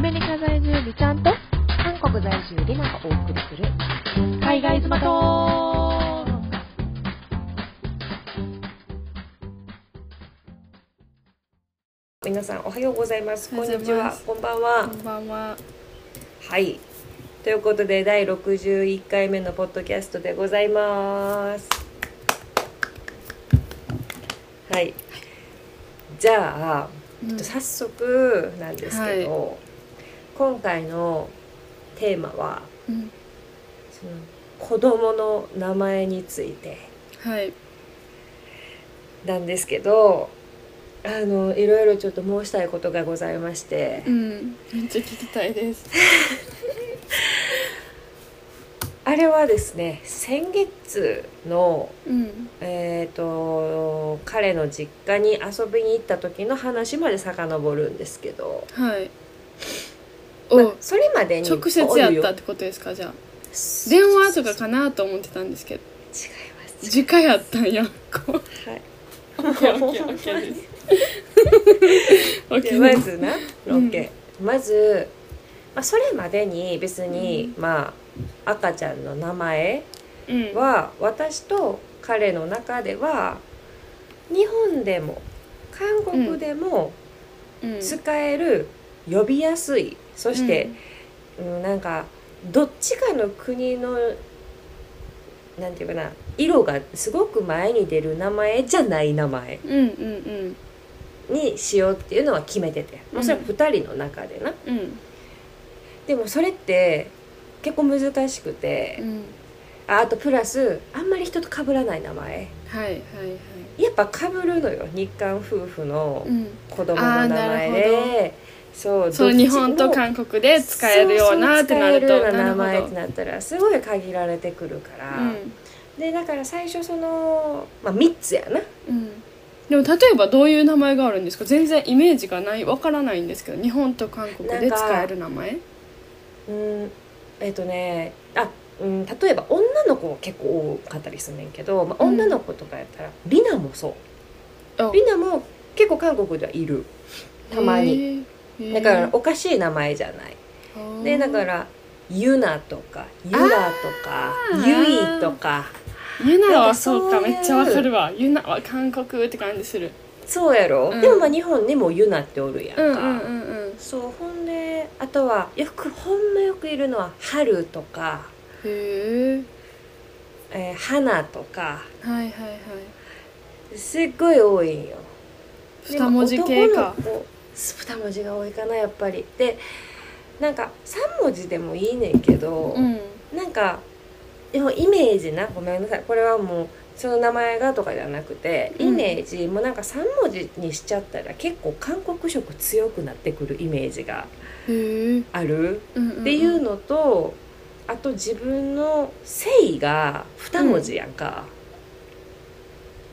メリカ在住美ちゃんと韓国在住リナがお送りする海外妻と皆さんおはようございますおこはんようにごちざいまはすこんばんは、んばんははいということで第61回目のポッドキャストでございますはいじゃあ、うえっんと早速なんですけど、今回のテーマはうんその子供の名前についてはいなんですけどあのいろいろちょっと申したいことがございましてう、んめっちゃ聞きたいですあれはですね先月の、うんえー、と彼の実家に遊びに行った時の話まで遡るんですけど、はいまあおそれまでに直接やったっおるよてことですかじゃあそう電話とかかなと思ってたんですけど違います直やったんやこはいッケーオッケーオッケーですうで まずなうロんケ、まず、まあ、それまでに別に、まあ赤ちゃんの名前うんは私と彼の中では日本でも韓国でもうん使える、呼びやすいそして、うんなんかどっちかの国のなんていうかな色がすごく前に出る名前じゃない名前うんうんうんにしようっていうのは決めてて、まあ、それは2人の中でな。うんでもそれって結構難しくて、うんああとプラスあんまり人と被らない名前はいはいはいやっぱ被るのよ日韓夫婦のうん子供の名前あーなで、そうそうどっち日本と韓国で使えるようなそっそてなる使とえるような名な前るっほてどなったらすごい限られてくるから、でだから最初その、まあ、3つやなうんうんでも例えばどういう名前があるんですか全然イメージがないわからないんですけど日本と韓国で使える名前うんえっ、とねあうん、例えば女の子も結構多かったりすんねんけど、まあ、うん女の子とかやったら、リナもそあうリナも結構韓国ではいるたまに、へーだからおかしい名前じゃない、へーでだからユナとかユラとかあーユイとかユナなんはかそうかそういうめっちゃわかるわユナは韓国って感じするそうやろ、うんでもまあ日本にもユナっておるやんうか、んうんうんうんそうほんであとはよくほんまよくいるのは「春」とかへえ「えー花」とかはいはいはいすっごい多いんよ二文字系かでも男の子す二文字が多いかなやっぱりでなんか三文字でもいいねんけど、うんなんかでもイメージなごめんなさいこれはもうその名前がとかじゃなくてうんイメージもなんか3文字にしちゃったら結構韓国色強くなってくるイメージがへえあるっっていうのと、あと自分の姓が2文字やんか、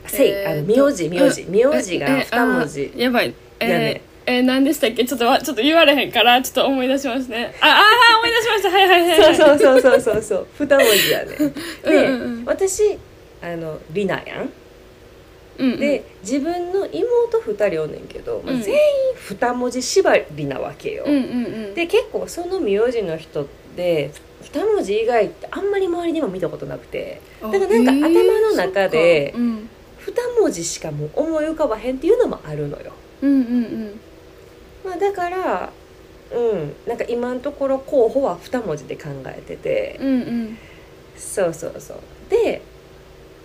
姓、あえのーと名字名字名字がええあ2文字やばいえーやねえー何でしたっけちょっとわちょっと言われへんからちょっと思い出しますねああー思い出しましたはいはいはいそはういそうそうそうそうそう2文字やねで、 うんうんうん私あのリナやんうんうんで自分の妹2人おんねんけど、まあうん全員2文字縛りなわけよ、うんうんうんで結構その名字の人って2文字以外ってあんまり周りでも見たことなくてあだからなんかへー頭の中でそっかうん2文字しかもう思い浮かばへんっていうのもあるのよ、うんうんうんまあ、だからうんなんか今のところ候補は2文字で考えててうんうんそうそうそうで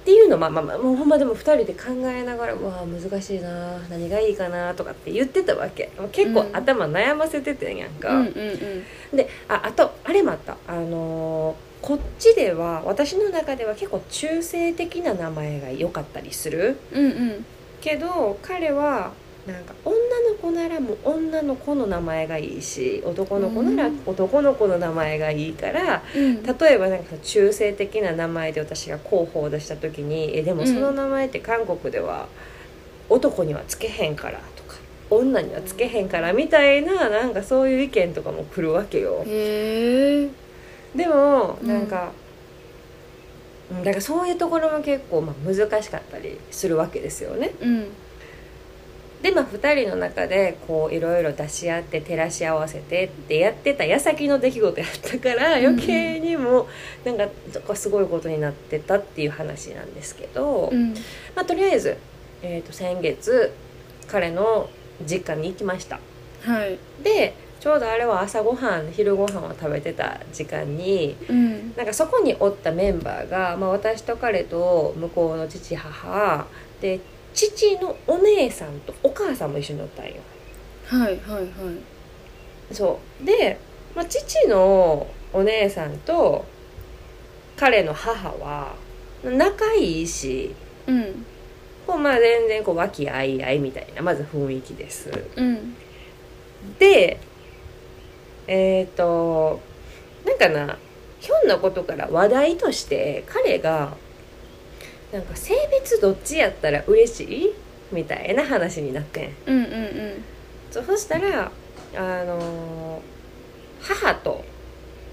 っていうのまあまあまあもうほんまでも2人で考えながら「うわあ難しいな何がいいかな」とかって言ってたわけもう結構うん頭悩ませててんやんうか、んうんうんでああとあれもあったあのーこっちでは私の中では結構中性的な名前が良かったりするうんうんけど彼はなんか女の子ならもう女の子の名前がいいし男の子ならうん男の子の名前がいいから、うん例えばなんか中性的な名前で私が候補を出した時に「えでもその名前って韓国では男にはつけへんから」とか「女にはつけへんから」みたいななんかそういう意見とかも来るわけよ。へえでもうんなんか、うん、だからそういうところも結構まあ難しかったりするわけですよね。うんで今2人の中でこういろいろ出し合って照らし合わせてってやってた矢先の出来事やったからうん余計にもなんかどっかすごいことになってたっていう話なんですけど、うんまあ、とりあえず、えー、と先月彼の実家に行きました。はいでちょうどあれは朝ごはん昼ごはんを食べてた時間にうんなんかそこにおったメンバーが、まあ、私と彼と向こうの父母で父のお姉さんとお母さんも一緒におったんよはいはいはいそうで、まあ、父のお姉さんと彼の母は仲いいしうんこうまあ全然こう和気あいあいみたいなまず雰囲気ですうんでえっ、となんかなひょんなことから話題として彼がなんか性別どっちやったら嬉しいみたいな話になってんうんうんうんそうそしたらあのー母と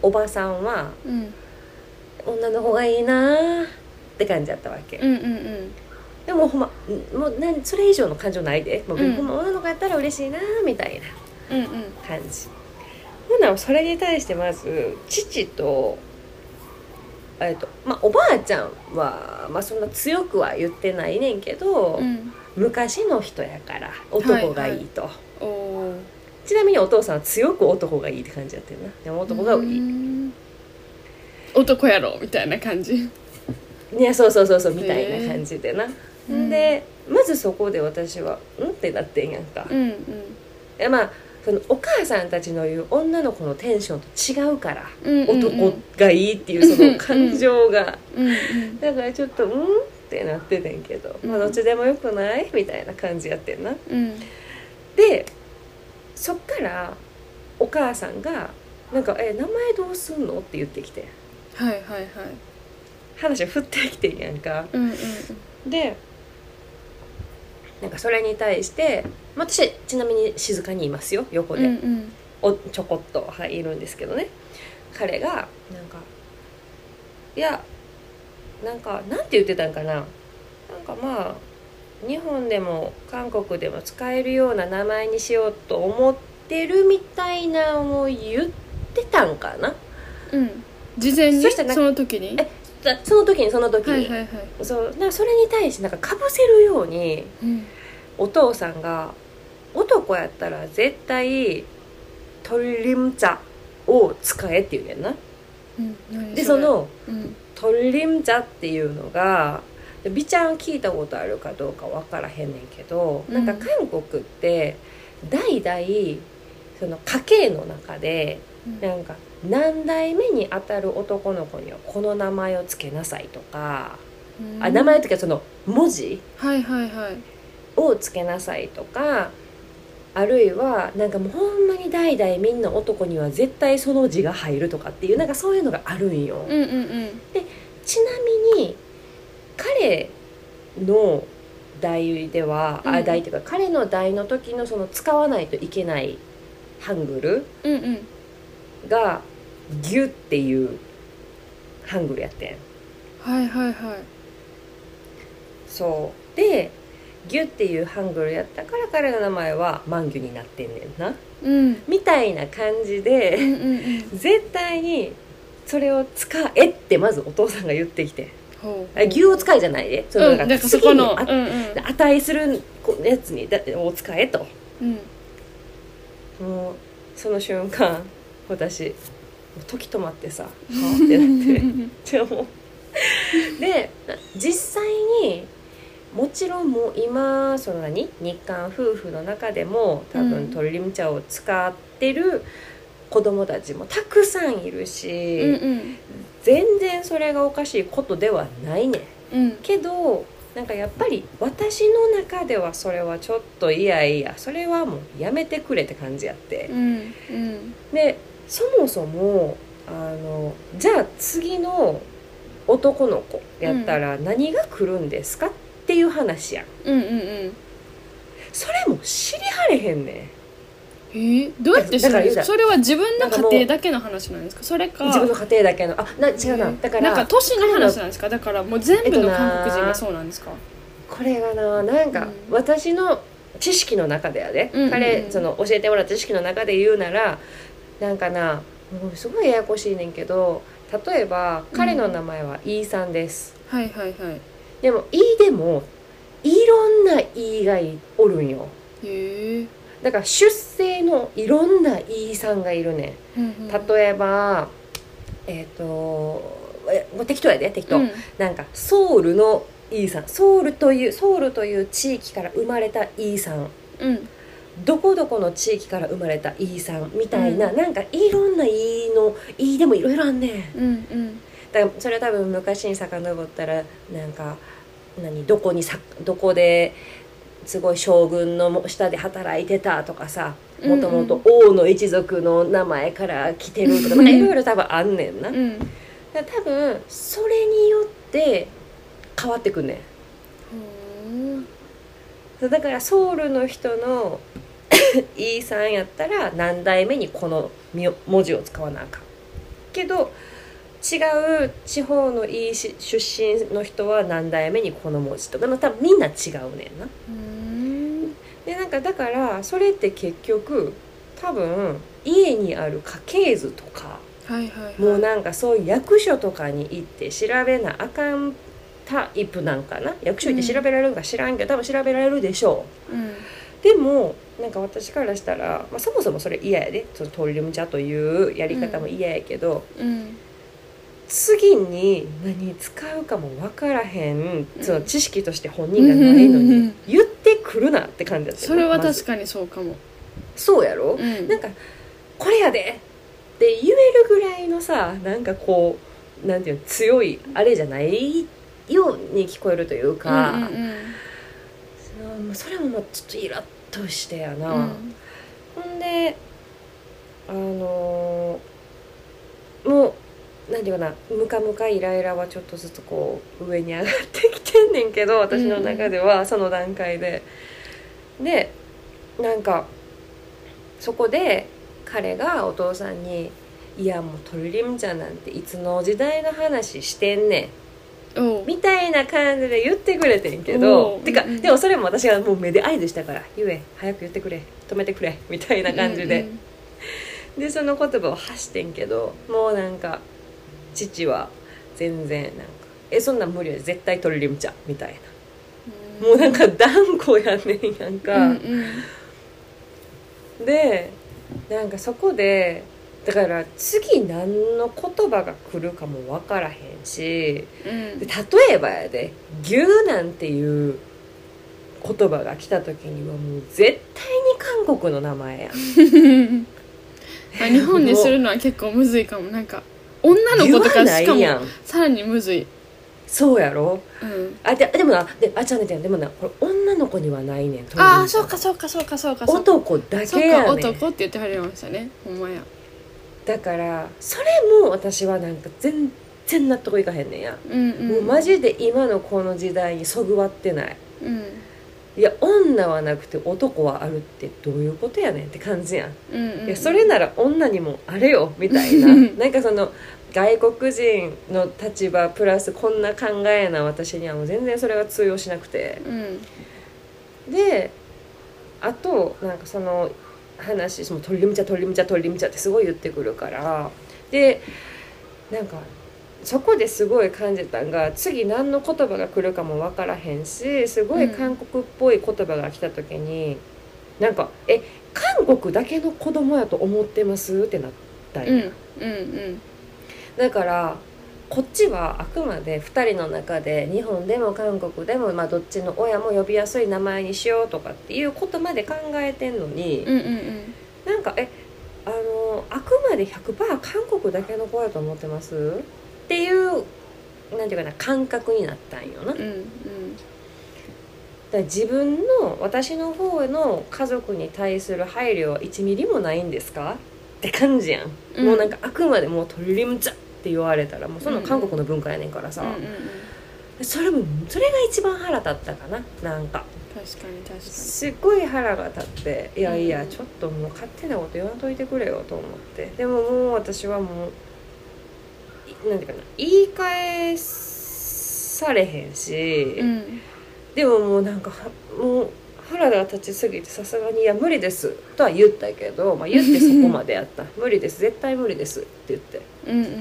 おばさんはうん女の方がいいなーって感じだったわけ、うんうんうんでもほんまんもうなんそれ以上の感情ないで、もううんほんま女の子やったら嬉しいなーみたいなうんうん感じほなそれに対してまず父と,、えっとまあ、おばあちゃんは、まあ、そんな強くは言ってないねんけど、うん昔の人やから男がいいと、おおちなみにお父さんは強く男がいいって感じやってるなでも男がいい、い男やろみたいな感じいやそうそうそうそうみたいな感じでな、うんでまずそこで私は「うん?」ってなってんやんか、うんえまあそのお母さんたちの言う女の子のテンションと違うから、うんうんうん男がいいっていうその感情がうんうんだからちょっと「うん?」ってなっててんけど、まあ、どっちでもよくないみたいな感じやってんなうんでそっからお母さんが「なんかえ名前どうすんの?」って言ってきてはいはいはい話振ってきてんやんかうんうんうんでなんかそれに対して、まあ、私ちなみに静かにいますよ横で、うんうんおちょこっと、はい、いるんですけどね彼がなんかいやなんかなんて言ってたんかななんかまあ日本でも韓国でも使えるような名前にしようと思ってるみたいなのを言ってたんかなうん事前にそしたらその時にえだその時にその時に、はいはいはいそうだからそれに対してなんかかぶせるようにうんお父さんが男やったら絶対トリムチャを使えって言うねんなうん何でそそれのうんトリムチャっていうのが美ちゃん聞いたことあるかどうかわからへんねんけど、うんなんか韓国って代々その家系の中でなんか何代目にあたる男の子にはこの名前を付けなさいとか、うんあ名前っていうかその文字はいはいはいをつけなさいとかあるいはなんかもうほんまに代々みんな男には絶対その字が入るとかっていうなんかそういうのがあるんよ。うんうんうんちなみに彼の代では、うあん代っていうか彼の代の時のその使わないといけないハングルうんうんがギュっていうハングルやってん。はいはいはいそうでギュっていうハングルやったから彼の名前はマンギュになってんねんな。うんみたいな感じうんでうんうん絶対にそれを使えってまずお父さんが言ってきてほあ牛を使えじゃないでそのうなんんかなんかそこの次にあうん値するやつにだを使えとうんもうその瞬間私時止まってさはうあんってなっうんてでもで実際にもちろんもう今その何日韓夫婦の中でも多うん分トリム茶を使ってる子供たちもたくさんいるし、うんうん全然それがおかしいことではないねんうんけどなんかやっぱり私の中ではそれはちょっといやいやそれはもうやめてくれって感じやってうんうんでそもそもあのじゃあ次の男の子やったら何が来るんですかっていう話やんうんうんうんそれも知りはれへんねえー、どうやってするだからんですか言うたらそれは自分の家庭だけの話なんですかそれかん自分の家庭だけのあな違うな、んだからなんか都市の話なんですかだからもう全部えっとのな韓国人がそうなんですか、これがななんかうん私の知識の中でやで、うんうんうん彼その教えてもらった知識の中で言うならなんかなもうすごいややこしいねんけど例えば彼の名前はイーさんです、はいはいはいでもイーでもいろんなイーがおるんよへえ、だから出生のいろんなイーさんがいるねんうんうん、例えばえっ、とえもう適当やで適当、うんなんかソウルのイーさんソウルというソウルという地域から生まれたイーさんうんどこどこの地域から生まれたイーさんみたいな、うなんかいろんなイーのイーでもいろいろあんねんうんうんだからそれは多分昔に遡ったらなんか何どこにさどこですごい将軍の下で働いてたとかさうんうもんともと王の一族の名前から来てる とかなんかいろいろ多分あんねんな。うんだから多分それによって変わってくんねんほうそうだからソウルの人の イーさんやったら何代目にこのみょ文字を使わなあかんけど違う地方のイーし出身の人は何代目にこの文字とかの多分みんな違うねんなうーんでなんかだからそれって結局多分家にある家系図とかはいはいはいもうなんかそういう役所とかに行って調べなあかんタイプなんかな役所行って調べられるんか知らんけど、多分調べられるでしょうんうでもなんか私からしたら、まあ、そもそもそれ嫌やでそのトリルム茶というやり方も嫌やけど、うん次に何使うかも分からへんうんその知識として本人がないのうんうんうんうにん言ってくるなって感じだったよそれはまず確かにそうかも、そうやろ、うんなんか「これやで!」って言えるぐらいのさなんかこうなんていうの強いあれじゃないように聞こえるというか、うんうんうんそうもうそれももうちょっとイラッとしてやな、うんほんであのーもうなんていうかなムカムカイライラはちょっとずつこう上に上がってきてんねんけど私の中ではその段階で、でなんかそこで彼がお父さんに「いやもうトルリムちゃんなんていつの時代の話してんねん」おうみたいな感じで言ってくれてんけどおーてか、うんうんでもそれも私がもう目で合図したから「ゆえ早く言ってくれ止めてくれ」みたいな感じで、うんでその言葉を発してんけどもうなんか父は全然なんか「えそんなん無理や絶対取りリムちゃん」みたいなもうなんか断固やねんやんうか。んうんでなんかそこでだから次何の言葉が来るかも分からへんしうんで例えばやで「牛」なんていう言葉が来た時にはもう絶対に韓国の名前やんまあ日本にするのは結構むずいかもなんか女の子と言わかなしかいやもんさらにむずい、そうやろうん、あででもなであちゃうねんでもなこれ女の子にはないねんああそうかそうかそうかそうかそうか男だそけっかやねん男って言ってはりましたねほんまやだからそれも私はなんか全然納得いかへんねんや、うんうんもうマジで今のこの時代にそぐわってないうんいや女はなくて男はあるってどういうことやねんって感じやんうんうんうんいやそれなら女にもあれよみたいな なんかその外国人の立場プラスこんな考えな私にはもう全然それが通用しなくてうんであとなんかその話その鳥みちゃ鳥みちゃ鳥みちゃってすごい言ってくるからでなんかそこですごい感じたんが次何の言葉が来るかも分からへんしすごい韓国っぽい言葉が来た時に、なんか「え韓国だけの子供やと思ってます?」ってなったんやうんうんだからこっちはあくまで2人の中で日本でも韓国でも、まあ、どっちの親も呼びやすい名前にしようとかっていうことまで考えてんのに、うんうんうんなんかえあのあくまで100%韓国だけの子やと思ってますっていうなんていうかな感覚になったんよな。だうかんら自分の私の方の家族に対する配慮は1ミリもないんですかって感じやん。うんもうなんかあくまでもうトリリムチャって言われたらもうその韓国の文化やねんからさ、うんうんうんそれもそれが一番腹立ったかななんか確かに確かすっごい腹が立っていやいうやんちょっともう勝手なこと言わんといてくれよと思ってでももう私はもういなんていうかな言い返されへんし、にうんでももうなんかはもう腹が立ちすぎてさすがに「いや無理です」とは言ったけど、まあ、言ってそこまでや った「無理です絶対無理です」って言ってうん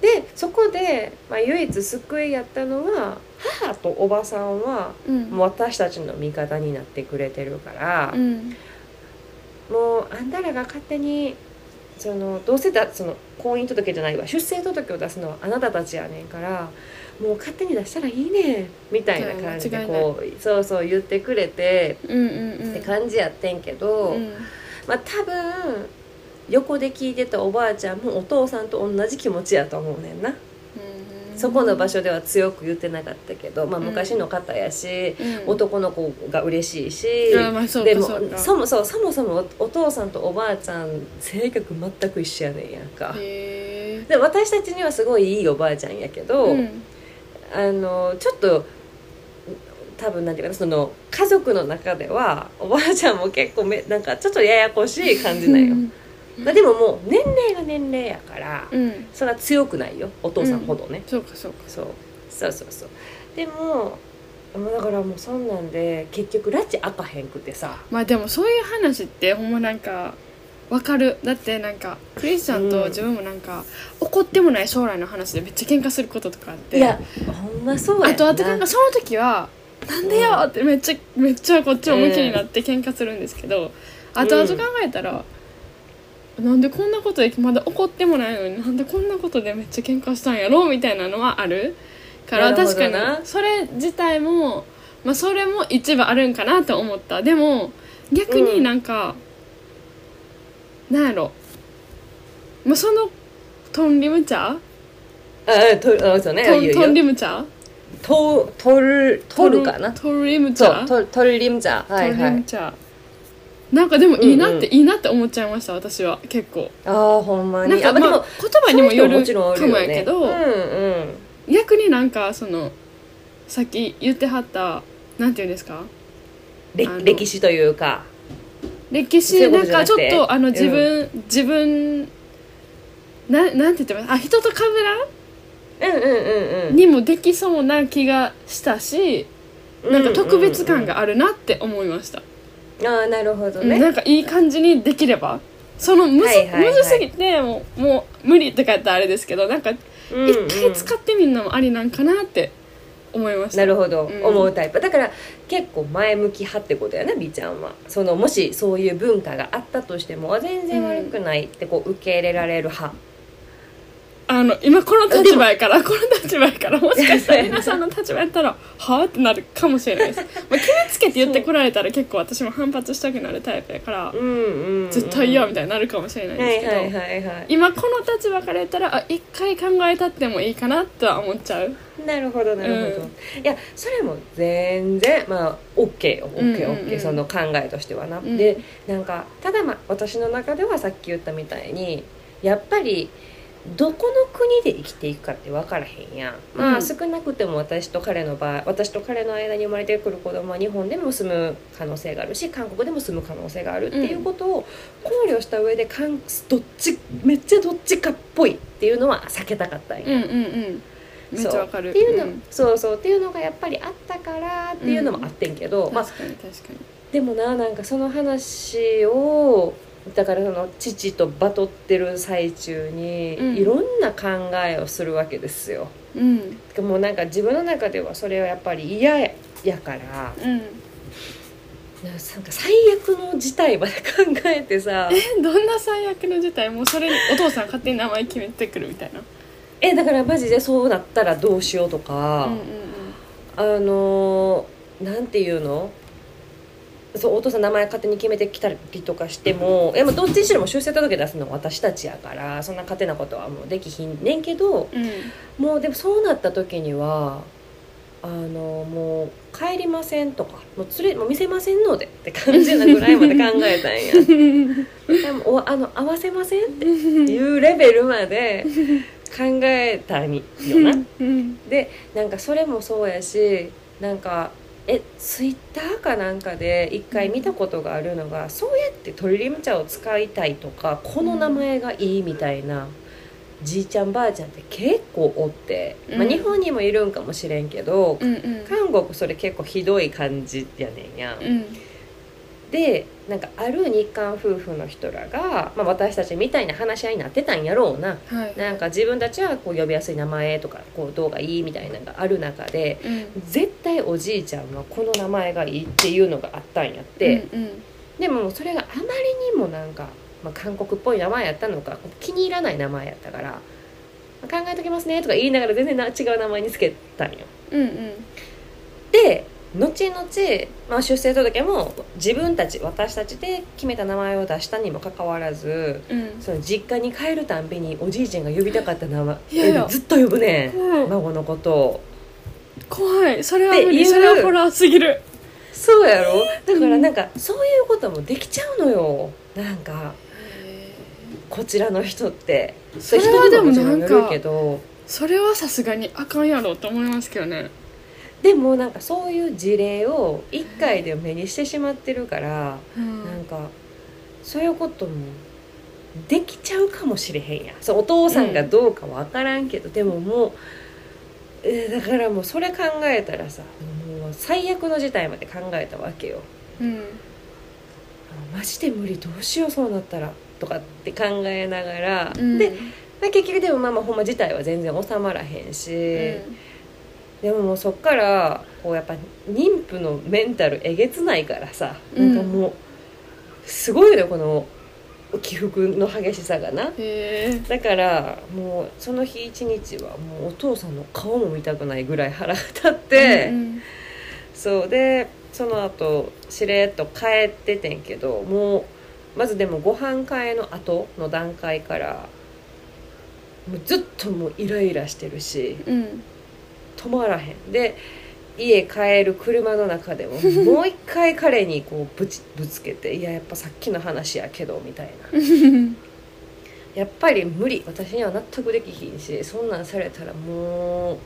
でそこで、まあ、唯一救いやったのは母とおばさんはうんもう私たちの味方になってくれてるからう、んもうあんたらが勝手にそのどうせだその婚姻届じゃないわ出生届を出すのはあなたたちやねんからもう勝手に出したらいいねんみたいな感じでこうそうそう言ってくれてうんうんうんって感じやってんけど、うんまあ多分横で聞いてたおばあちゃんもお父さんと同じ気持ちやと思うねんな、うんそこの場所では強く言ってなかったけど、まあ、昔の方やし、うん男の子が嬉しいし、あまあそうかでもそうかそもそうそもそもおお父さんとおばあちゃん性格全く一緒やねんやんか。へで私たちにはすごいいいおばあちゃんやけーど、うんあのちょっと多分なんていうかなその家族の中ではおばあちゃんも結構めなんかちょっとややこしい感じなんよ。まあでももう年齢が年齢やから、うんそれは強くないよお父さんほどね。そうかそうかそうそうそうそうでもまあだからもうそんなんで結局拉致開かへんくてさまあでもそういう話ってほんまなんかわかるだってなんかクリスチャンと自分もなんか、怒ってもない将来の話でめっちゃ喧嘩することとかあっていやほんまそうやあとあとなんかその時は「なんでよ!」ってめっちゃめっちゃこっちを向きになって喧嘩するんですけど、後々考えたら、なんでこんなことでまだ怒ってもないのになんでこんなことでめっちゃ喧嘩したんやろみたいなのはあるからなるほ確どなかにそれ自体も、まあ、それも一部あるんかなと思ったでも逆になんか、なんやろ、まあ、そのトンリム茶ああとあそうねトいいンよトンいいリよム茶ととるとるかなトンリムそう茶ととるりんじゃはいはトレンいチャーなんかでもいいなって、うんうんいいなって思っちゃいました私は結構ああほんまなんにかあままあであも言葉にもよるそういう人もちかろんもおるやよねけど、うんうん逆になんかそのさっき言ってはったなんていうんですかれあの歴史というか歴そうい史うこなとんじゃなかくちょてっとあの自分、自分ななんて言ってますあ人と被うんうんうんらうんんにもできそうな気がしたし、なんか特別感があるなって思いました、ああーなるほどうんねなんかいい感じにできればそのむず,、はいはいはいむずすぎてもうもう無理とか言ったらあれですけどなんかうんうん一回使ってみるのもありなんかなって思いましたなるほど、うん思うタイプだから結構前向き派ってことやな B ちゃんはそのもしそういう文化があったとしてもあ全然悪くないってこう受け入れられる派、あの今この立場やからこの立場やからもしかしたら皆さんの立場やったら「はあ?」ってなるかもしれない です、まあ、決めつけて言ってこられたら結構私も反発したくなるタイプやからうんうんうん絶対嫌みたいになるかもしれないはですいけど、はいはいはい今この立場から言ったらあ一回考えたってもいいかなとは思っちゃうなるほどなるほど、うんいやそれも全然まあ OKOKOK、ようんうん OK OK その考えとしてはな、うんでなんかただまあ私の中ではさっき言ったみたいにやっぱりどこの国で生きていくかって分からへんやん、まうあん少なくても私と彼の場合私と彼の間に生まれてくる子供は日本でも住む可能性があるし韓国でも住む可能性があるっていうことを考慮した上でかんどっちめっちゃどっちかっぽいっていうのは避けたかったんや、うんうんうんめっちゃわかるそうっていうの、んそうそうっていうのがやっぱりあったからっていうのもあってんけど、まあ確かに確かにでもななんかその話をだからその父とバトってる最中に、うんいろんな考えをするわけですよ。うんてかもうなんか自分の中ではそれはやっぱり嫌やからうんなんか最悪の事態まで考えてさえ どんな最悪の事態もうそれにお父さん勝手に名前決めてくるみたいなえだからマジでそうなったらどうしようとか。うんうんあのーなんていうのそうお父さん名前勝手に決めてきたりとかしても,、えもうどっちにしろも出世届出すのは私たちやからそんな勝手なことはもうできひんねんけどうんうんもうでもそうなった時にはあのーもう帰りませんとかもう連れもう見せませんのでって感じなぐらいまで考えたん やでもおあの合わせませんっていうレベルまで考えたんよな。うんでなんかそれもそうやしなんかえツイッターかなんかで一回見たことがあるのが、そうやってトリリム茶を使いたいとかこの名前がいいみたいなじいちゃんばあちゃんって結構おって、まうあ、ん日本にもいるんかもしれんけど、うんうん韓国それ結構ひどい感じやねんや、うんでなんかある日韓夫婦の人らが、まあ、私たちみたいな話し合いになってたんやろうなはいなんか自分たちはこう呼びやすい名前とかこうどうがいいみたいなのがある中でうん絶対おじいちゃんはこの名前がいいっていうのがあったんやって、うんうんでもそれがあまりにもなんか、まあ、韓国っぽい名前やったのか気に入らない名前やったから「考えときますね」とか言いながら全然な違う名前につけたんよ。うんうんで後々、まあ、出生届も自分たち私たちで決めた名前を出したにもかかわらずうんその実家に帰るたんびにおじいちゃんが呼びたかった名前いやいやずっと呼ぶねん怖い孫のことを怖いそれは無ってい理うそれはホラーすぎるそうやろだからなんかそういうこともできちゃうのよなんかこちらの人ってそれはでも人なにんもちろよるかけどそれはさすがにあかんやろと思いますけどねでもなんかそういう事例を一回で目にしてしまってるからうなんんかそういうこともできちゃうかもしれへんやんそうお父さんがどうかわからんけど、でももう、えーだからもうそれ考えたらさもう最悪の事態まで考えたわけようんあマジで無理どうしようそうなったらとかって考えながら、うんで、まあ、結局でもまあまあほんま事態は全然収まらへんし、でももうそっからこうやっぱ妊婦のメンタルえげつないからさ、うんなんかもうすごいよねこの起伏の激しさがなうんへえだからもうその日一日はもうお父さんの顔も見たくないぐらい腹が立って、うんそうでその後しれっと帰っててんけどもうまずでもご飯会の後の段階からもうずっともうイライラしてるしうん止まらへんで家帰る車の中 でももう一回彼にこうぶちぶつけて「いややっぱさっきの話やけど」みたいなうん「やっぱり無理私には納得できひんしそんなんされたらもう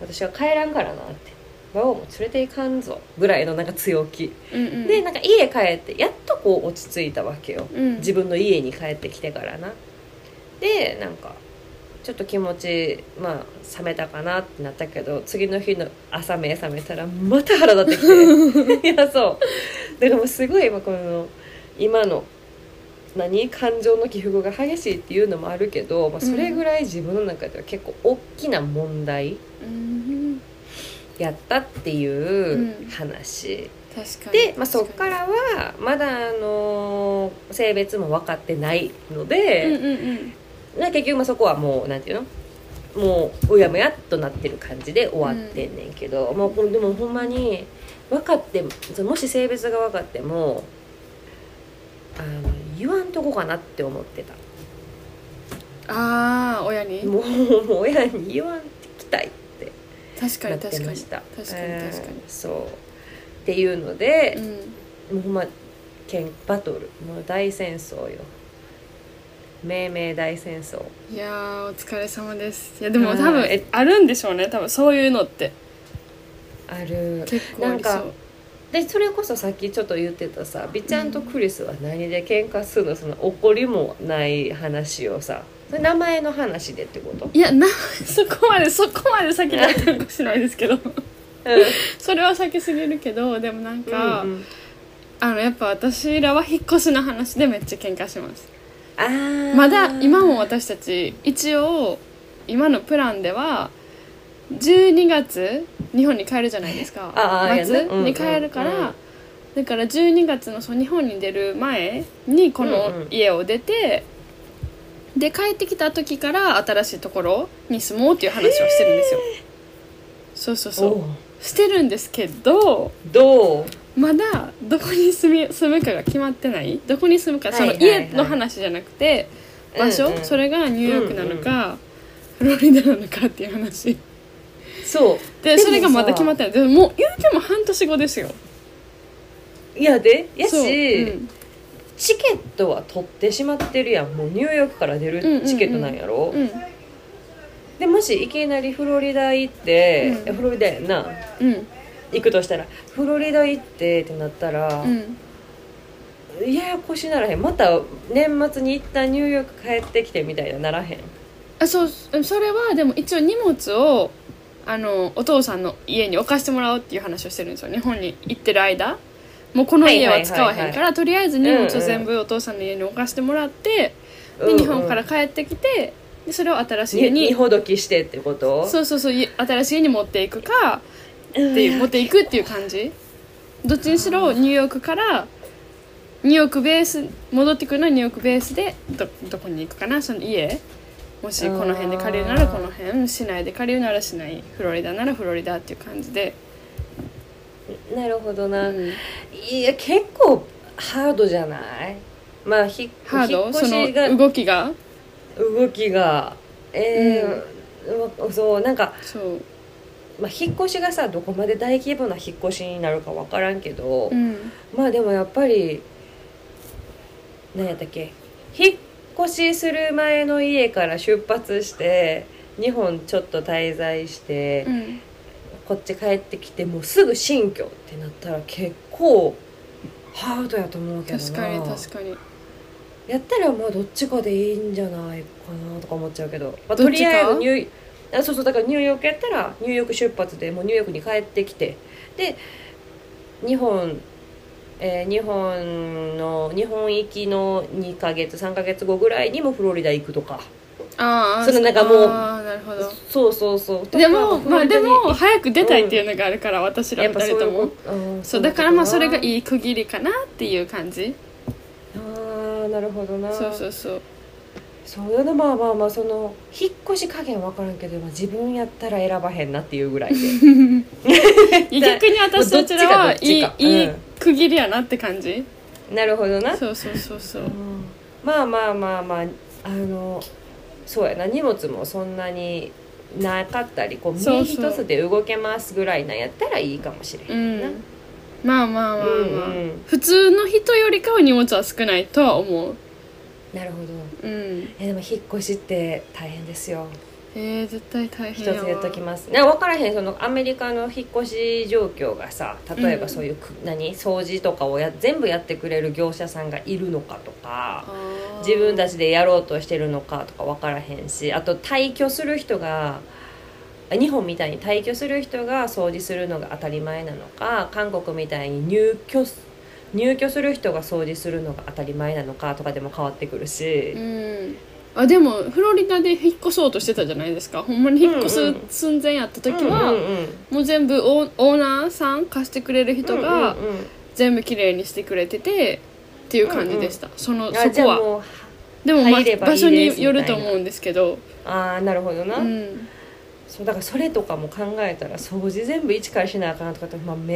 私は帰らんからな」って「馬王も連れていかんぞ」ぐらいのなんか強気うんでなんか家帰ってやっとこう落ち着いたわけようん自分の家に帰ってきてからなでなんかちょっと気持ちまあ冷めたかなってなったけど次の日の朝目覚めたらまた腹立ってき ていやそうだからもうすごい今この今の何感情の起伏が激しいっていうのもあるけど、まあ、それぐらい自分の中では結構大きな問題うんやったっていううん話。確かにで、まあ、そっからはまだあの性別も分かってないのうんで、うんうんで結局まあそこはもうなんていうのもううやむやっとなってる感じで終わってんねんけど、もうでもほんまに分かってそのもし性別が分かってもあの言わんとこかなって思ってたああ親にもうもう親に言わんときたいって確かなっにて確かまにした確かに確かうんそうっていうので、にもうほんまけんバトルもう大戦争よ命名大戦争うんいやーお疲れ様ですいやでもはい多分あるんでしょうね多分そういうのってある結構ありそなんうでそれこそさっきちょっと言ってたさ美ちゃんとクリスは何で喧嘩するのその怒りもない話をさそれ名前の話でってこと、いやな そこまでそこまで先だったのかもしれないですけど それは先すぎるけどでもなんか、うんうんあのやっぱ私らは引っ越しの話でめっちゃ喧嘩しますあーまだ今も私たち一応今のプランでは12月日本に帰るじゃないですかああいやね末うんうんに帰るから、うんだから12月のその日本に出る前にこのうんうん家を出て、で帰ってきた時から新しいところに住もうっていう話をしてるんですよ。そうそうおそううしてるんですけどどうまだどこに住み住むかが決まってないどこに住むかそのはいはいは家いの話じゃなくて。場所、うんうんそれがニューヨークなのか、フロリダなのかっていう話そうでもさそれがまだ決まってないでももう言うても半年後ですよいやでやそうし、うんチケットは取ってしまってるやんもうニューヨークから出るチケットなんやろ、うんでもしいきなりフロリダ行って、うんフロリダやんなうん行くとしたらフロリダ行ってってなったら、うんややこしならへんまた年末に一旦ニューヨーク帰ってきてみたいなならへんあそうそれはでも一応荷物をあのお父さんの家に置かしてもらおうっていう話をしてるんですよ日本に行ってる間もうこの家は使わへんから、はいはいはいとりあえず荷物を全部お父さんの家に置かしてもらって、うんうんで日本から帰ってきてでそれを新しい家にににほどきしてってことそうそうそうい新しい家に持っていくかっていう持っていくっていう感じどっちにしろニューヨークからニューヨークベース戻ってくるのはニューヨークベースでどどこに行くかなその家もしこの辺で借りるならこの辺市内で借りるなら市内フロリダならフロリダっていう感じで、なるほどうな、んいや結構ハードじゃないまあひハー引ドっそ越しがの動きが動きがええそうなんか、そう、まあ、引っ越しがさどこまで大規模な引っ越しになるか分からんけど、うん、まあでもやっぱり何やったっけ引っ越しする前の家から出発して日本ちょっと滞在して、うん、こっち帰ってきてもうすぐ新居ってなったら結構ハードやと思うけどな確かに確かにやったらまあどっちかでいいんじゃないかなとか思っちゃうけど、まあ、どとっちかりあえずニューあそうそうだからニューヨークやったらニューヨーク出発でもうニューヨークに帰ってきてで日本、えー日本の日本行きの2ヶ月3ヶ月後ぐらいにもフロリダ行くとかああそのなんかもうああなるほどそうそうそうでもとかまあでフロリダもに早く出たいっていうのがあるから、私らやっ二ぱそう人といもうことうんそうだからまあそれがいいい区切りかなっていう感じあーなるほどなそうそうそうそうでまあまあまあその引っ越し加減分からんけど、まあ、自分やったら選ばへんなっていうぐらいで いや逆に私どちらどはっいちいかどっちかいいうん区切りやなって感じなるほどなそうそうそうそううんまあまあまあまああのそうやな荷物もそんなになかったりこうそ身うそう一つで動けますぐらいなんやったらいいかもしれうへんな、んまあまあまあまあ、うんうん普通の人よりかは荷物は少ないとは思うなるほどうんえでも引っ越しって大変ですよえー、絶対大一変つやわ言っときますな分からへんそのアメリカの引っ越し状況がさ例えばそういうく、何掃除とかをや全部やってくれる業者さんがいるのかとかあー自分たちでやろうとしてるのかとか分からへんしあと退去する人が日本みたいに退去する人が掃除するのが当たり前なのか韓国みたいに入居す入居する人が掃除するのが当たり前なのかとかでも変わってくるし、うんあでもフロリダで引っ越そうとしてたじゃないですかほんまに引っ越うすんうん寸前やった時は、うんうんうんもう全部オーオーナーさん貸してくれる人が、うんうんうん全部綺麗にしてくれててっていう感じでした、そのあそじゃこあはもうでも、まあ入ればいい場です所によると思うんですけどあーなるほどな、うんそうだからそれとかも考えたら掃除全部一からしなあかんとかって、まあ、目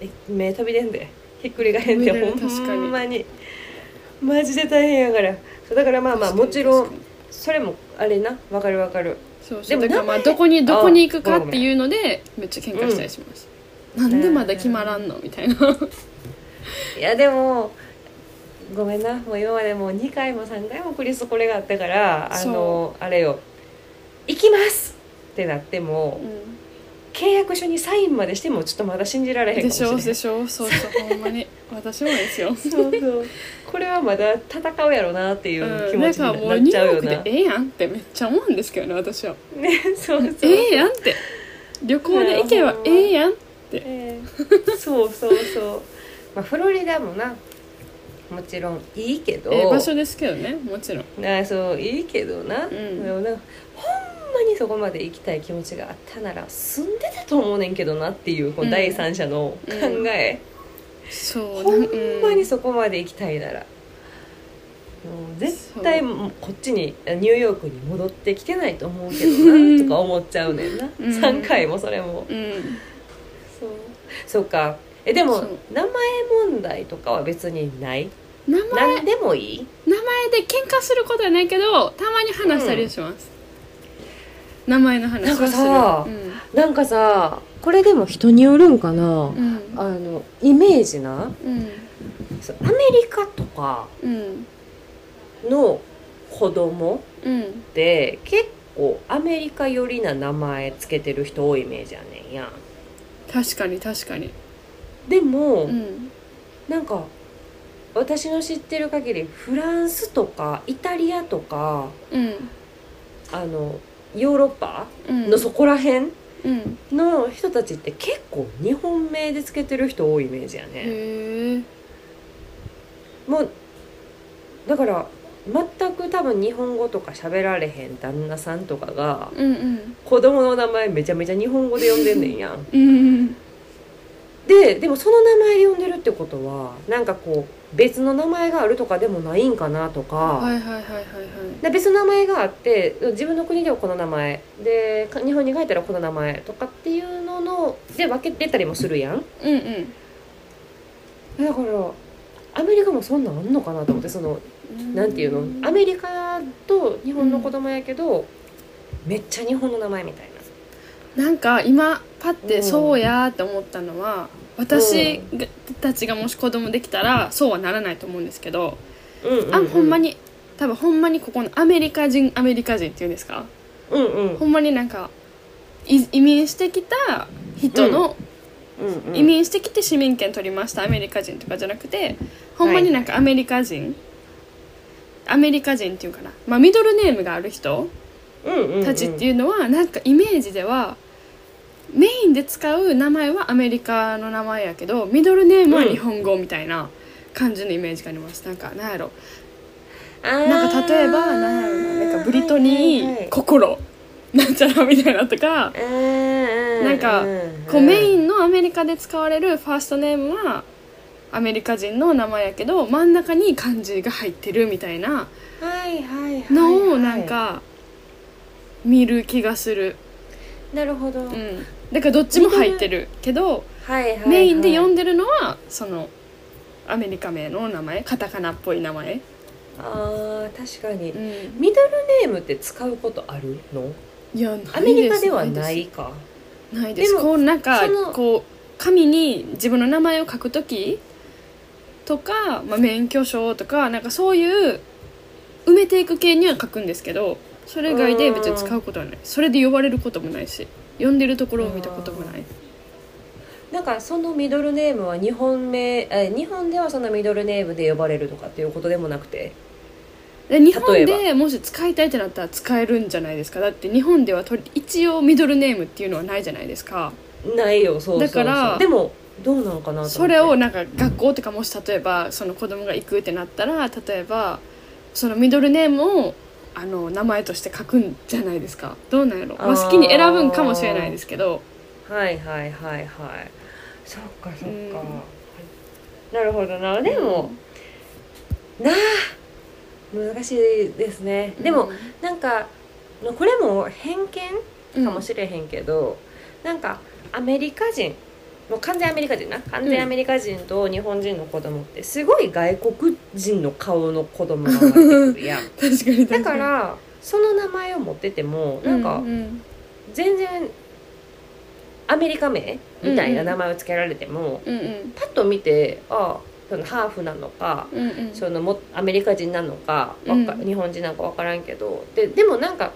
え目飛び出んでひっくり返んで飛び出ほる確かにんまにマジで大変やからそうだからまあまあもちろん確かにそれもあれなわかるわかるそうそでうもだからまあ名前どこにどこに行くあかごっめてんいうのでめっちゃ喧嘩したりします、なんでまだ決まらんのみたいないやでもごめんなもう今までもう2回も3回もクリスこれがあったからあのあれよ「行きます!」ってなってもうん契約書にサインまでしてもちょっとまだ信じられへんかでもししれょなういでしょうそうそうほんまに私もですよそうそうこれはまだ戦うやろうなっていう気う持ん、なんちになかっもうニュちーゃうヨーよクなで。ええやんってめっちゃ思うんですけどね私はね、 そうそう。ええやんって旅行で行けばええやんええそうそうそう。まあフロリダもな、もちろんいいけど、ええ場所ですけどねもちろんなそういいけどな、んでもなんかほんまにそこまで行きたい気持ちがあったなら住んでたと思うねんけどなっていうこううん第三者の考え、そうほなんまにうそこまで行きたいなら。もう絶対もうこっちにニューヨークに戻ってきてないと思うけどうんなとか思っちゃうねんな、うん三3回もそれもうんそうそうかえでもそう名前問題とかは別にない名前何でもいい名前で喧嘩することはないけどたまに話したりします、名前の話はするなんかさうんなんかさこれでも人によるんかな、うんあのイメージなうんそうアメリカとかうんの子供うんって結構アメリカ寄りな名前つけてる人多いイメージやねんや確かに確かにでも、うんなんか私の知ってる限りフランスとかイタリアとかうんあのヨーロッパうんのそこら辺うんの人たちって結構日本名でつけてる人多いイメージやね。へえもうだから全く多分日本語とか喋られへん旦那さんとかがうんうん子供の名前めちゃめちゃ日本語で呼んでんねんやん。うんででもその名前で呼んでるってことはなんかこう別の名前があるとかでもないんかなとか。はいはいはいはいはいで別の名前があって自分の国ではこの名前でか日本に帰ったらこの名前とかっていうのので分けてたりもするやんうんうんえだからアメリカもそんなんあんのかなと思ってそのなんていうのアメリカと日本の子供やけど、めっちゃ日本の名前みたいななんか今パッうてんそうやーって思ったのは私がたちがもし子供できたらそうはならないと思うんですけど、うんううあほんまに多分ほんまにここのアメリカ人アメリカ人っていうんですかうんうんほんまになんかい移民してきた人の、うんうん移民してきて市民権取りましたアメリカ人とかじゃなくてほんまになんかアメリカ人、アメリカ人っていうかな、まあ、ミドルネームがある人うんうんうんたちっていうのは、なんかイメージではメインで使う名前はアメリカの名前やけどミドルネームは日本語みたいな感じのイメージがあります、なんかなんやろあーなんか例えばなんやろななんかブリトニはいはいー心なんちゃらみたいなとか、はいなんかううこうメインンのアメリカで使われるファーストネームはアメリカ人の名前やけど真ん中に漢字が入ってるみたいなはいはいはいのをなんか見る気がする、なるほど、うん、だからどっちも入ってるけど、はいはいはいメインで呼んでるのはそのアメリカ名の名前カタカナっぽい名前、あー確かにうん、ミドルネームって使うことあるのいやアメリカではないかないですでもこうなんかそのこう紙に自分の名前を書くときとか、まあ、免許証とかなんかそういう埋めていく系には書くんですけどそれ以外で別に使うことはないそれで呼ばれることもないし呼んでるところを見たこともないなんかそのミドルネームは日本名え日本ではそのミドルネームで呼ばれるとかっていうことでもなくてで日本例えでもし使いたいってなったら使えるんじゃないですかだって日本ではとり一応ミドルネームっていうのはないじゃないですかないよそうそうそうだからでもどうなんかなと思ってそれをなんか学校とかもし例えばその子供が行くってなったら例えばそのミドルネームをあの名前として書くんじゃないですかどうなんやろ、まああ、ー好きに選ぶんかもしれないですけどはいはいはいはいそっかそっか、うんなるほどなでも、なあ難しいですねでも、なんかこれも偏見うんかもしれへんけど、なんかアメリカ人もう完全アメリカ人な完全アメリカ人と日本人の子供ってすごい外国人の顔の子供が生まれてくるや ん確かに確かだにからその名前を持っててもなんうかんうん全然アメリカ名みたいな名前を付けられても、うんうんパッと見てああそのハーフなのかうんうんそのもアメリカ人なのかわか、うん日本人なのか分からんけどででもなんか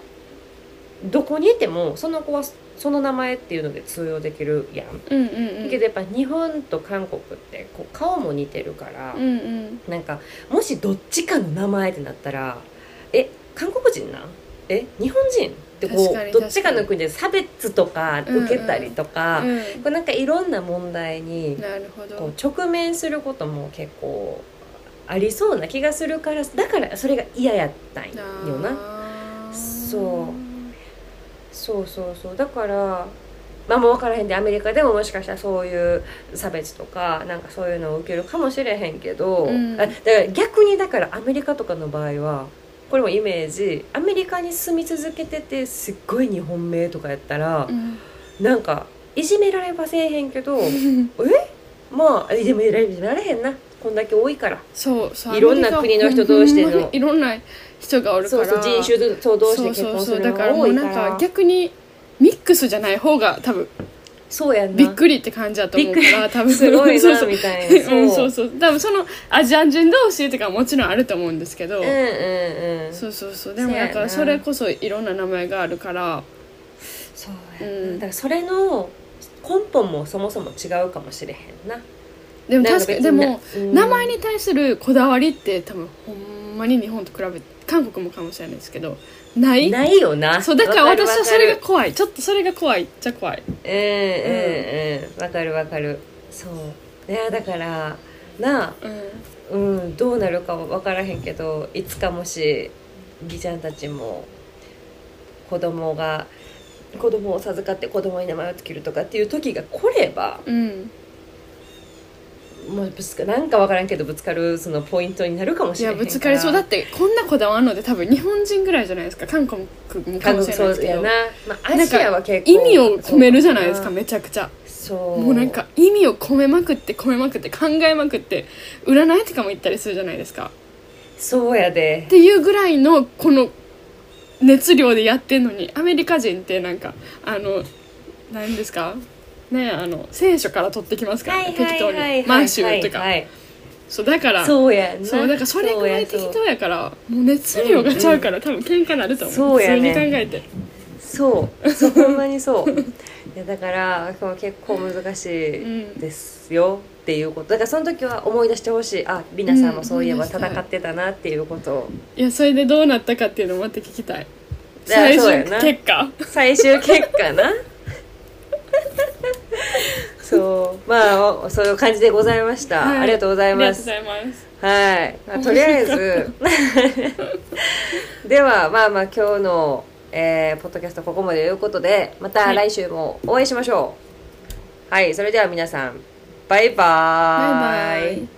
どこにいてもその子はその名前っていうので通用できるやん。うんうんうんけどやっぱ日本と韓国ってこう顔も似てるから、うんうんなんかもしどっちかの名前ってなったらえ韓国人なんえ日本人ってこ確かにうどっちかの国で差別とか受けたりとか、うんこうなんかいろんな問題になるほどこう直面することも結構ありそうな気がするからだからそれが嫌やったんよなあーそうそうそうそうだからまあもう分からへんでアメリカでももしかしたらそういう差別とかなんかそういうのを受けるかもしれへんけど、うんあだから逆にだからアメリカとかの場合はこれもイメージアメリカに住み続けててすっごい日本名とかやったらう、んなんかいじめられはせえへんけ どまあいじめられいじめられへんなこんだけ多いから。そうそういろんな国の人同士でのほんまにいろんな人がおるかそうらそう人種と同士で結そう婚そすうそるうだのからがも多ういなんからか逆にミックスじゃない方が多分そうやんなびっくりって感じだと思うから多分すごいそうな そうみたいなうんそうそう多分そのアジア人同士とかもちろんあると思うんですけど、うんうんうんそうそうそうでもそうやだなからそれこそいろんな名前があるからそうやな、うんだからそれの根本もそもそも違うかもしれへんなでもなん確か別にでもなうん名前に対するこだわりって多分ほんまに日本と比べ韓国もかもしれないですけどないないよなそうだからわる私はそれわがか怖いちょっとそれが怖いっちゃ怖いるうんうんうんわかるわかるそういやだからなあうんうんどうなるかは分からへんけどいつかもしぎちゃんたちも子供が子供を授かって子供に名前をつけるとかっていう時が来ればうんもうぶつかなんか分からんけどぶつかるそのポイントになるかもいしれへやんからぶつかりそうだってこんなこだわんので多分日本人ぐらいじゃないですか韓国もか韓も国しれないそですうけやどな、まあ、アジアは結構意味を込めるじゃないですかそうめちゃくちゃそうもうなんか意味を込めまくって込めまくって考えまくって占いとかも行ったりするじゃないですかそうやでっていうぐらいのこの熱量でやってんのにアメリカ人ってなんかあの何ですかねあの聖書から取ってきますから、ね適当に満州とか、はいそうだからそうそうやなだからそれぐらい適当やからもう熱量がちゃうから、多分喧嘩なると思うそうやね普通に考えて そうそうほんまにそういやだからこう結構難しいですよっていうことだからその時は思い出してほしいあリナさんもそういえばうん思い出したい戦ってたなっていうことをいやそれでどうなったかっていうのをまた聞きたいいや最そうや終な結果最終結果 なそうまあそういう感じでございました、はいありがとうございますありがとうございますはい、まあ、とりあえず ではまあまあ今日の、えーポッドキャストここまでということでまた来週もお会いしましょうはい、それでは皆さんバイババーイバイ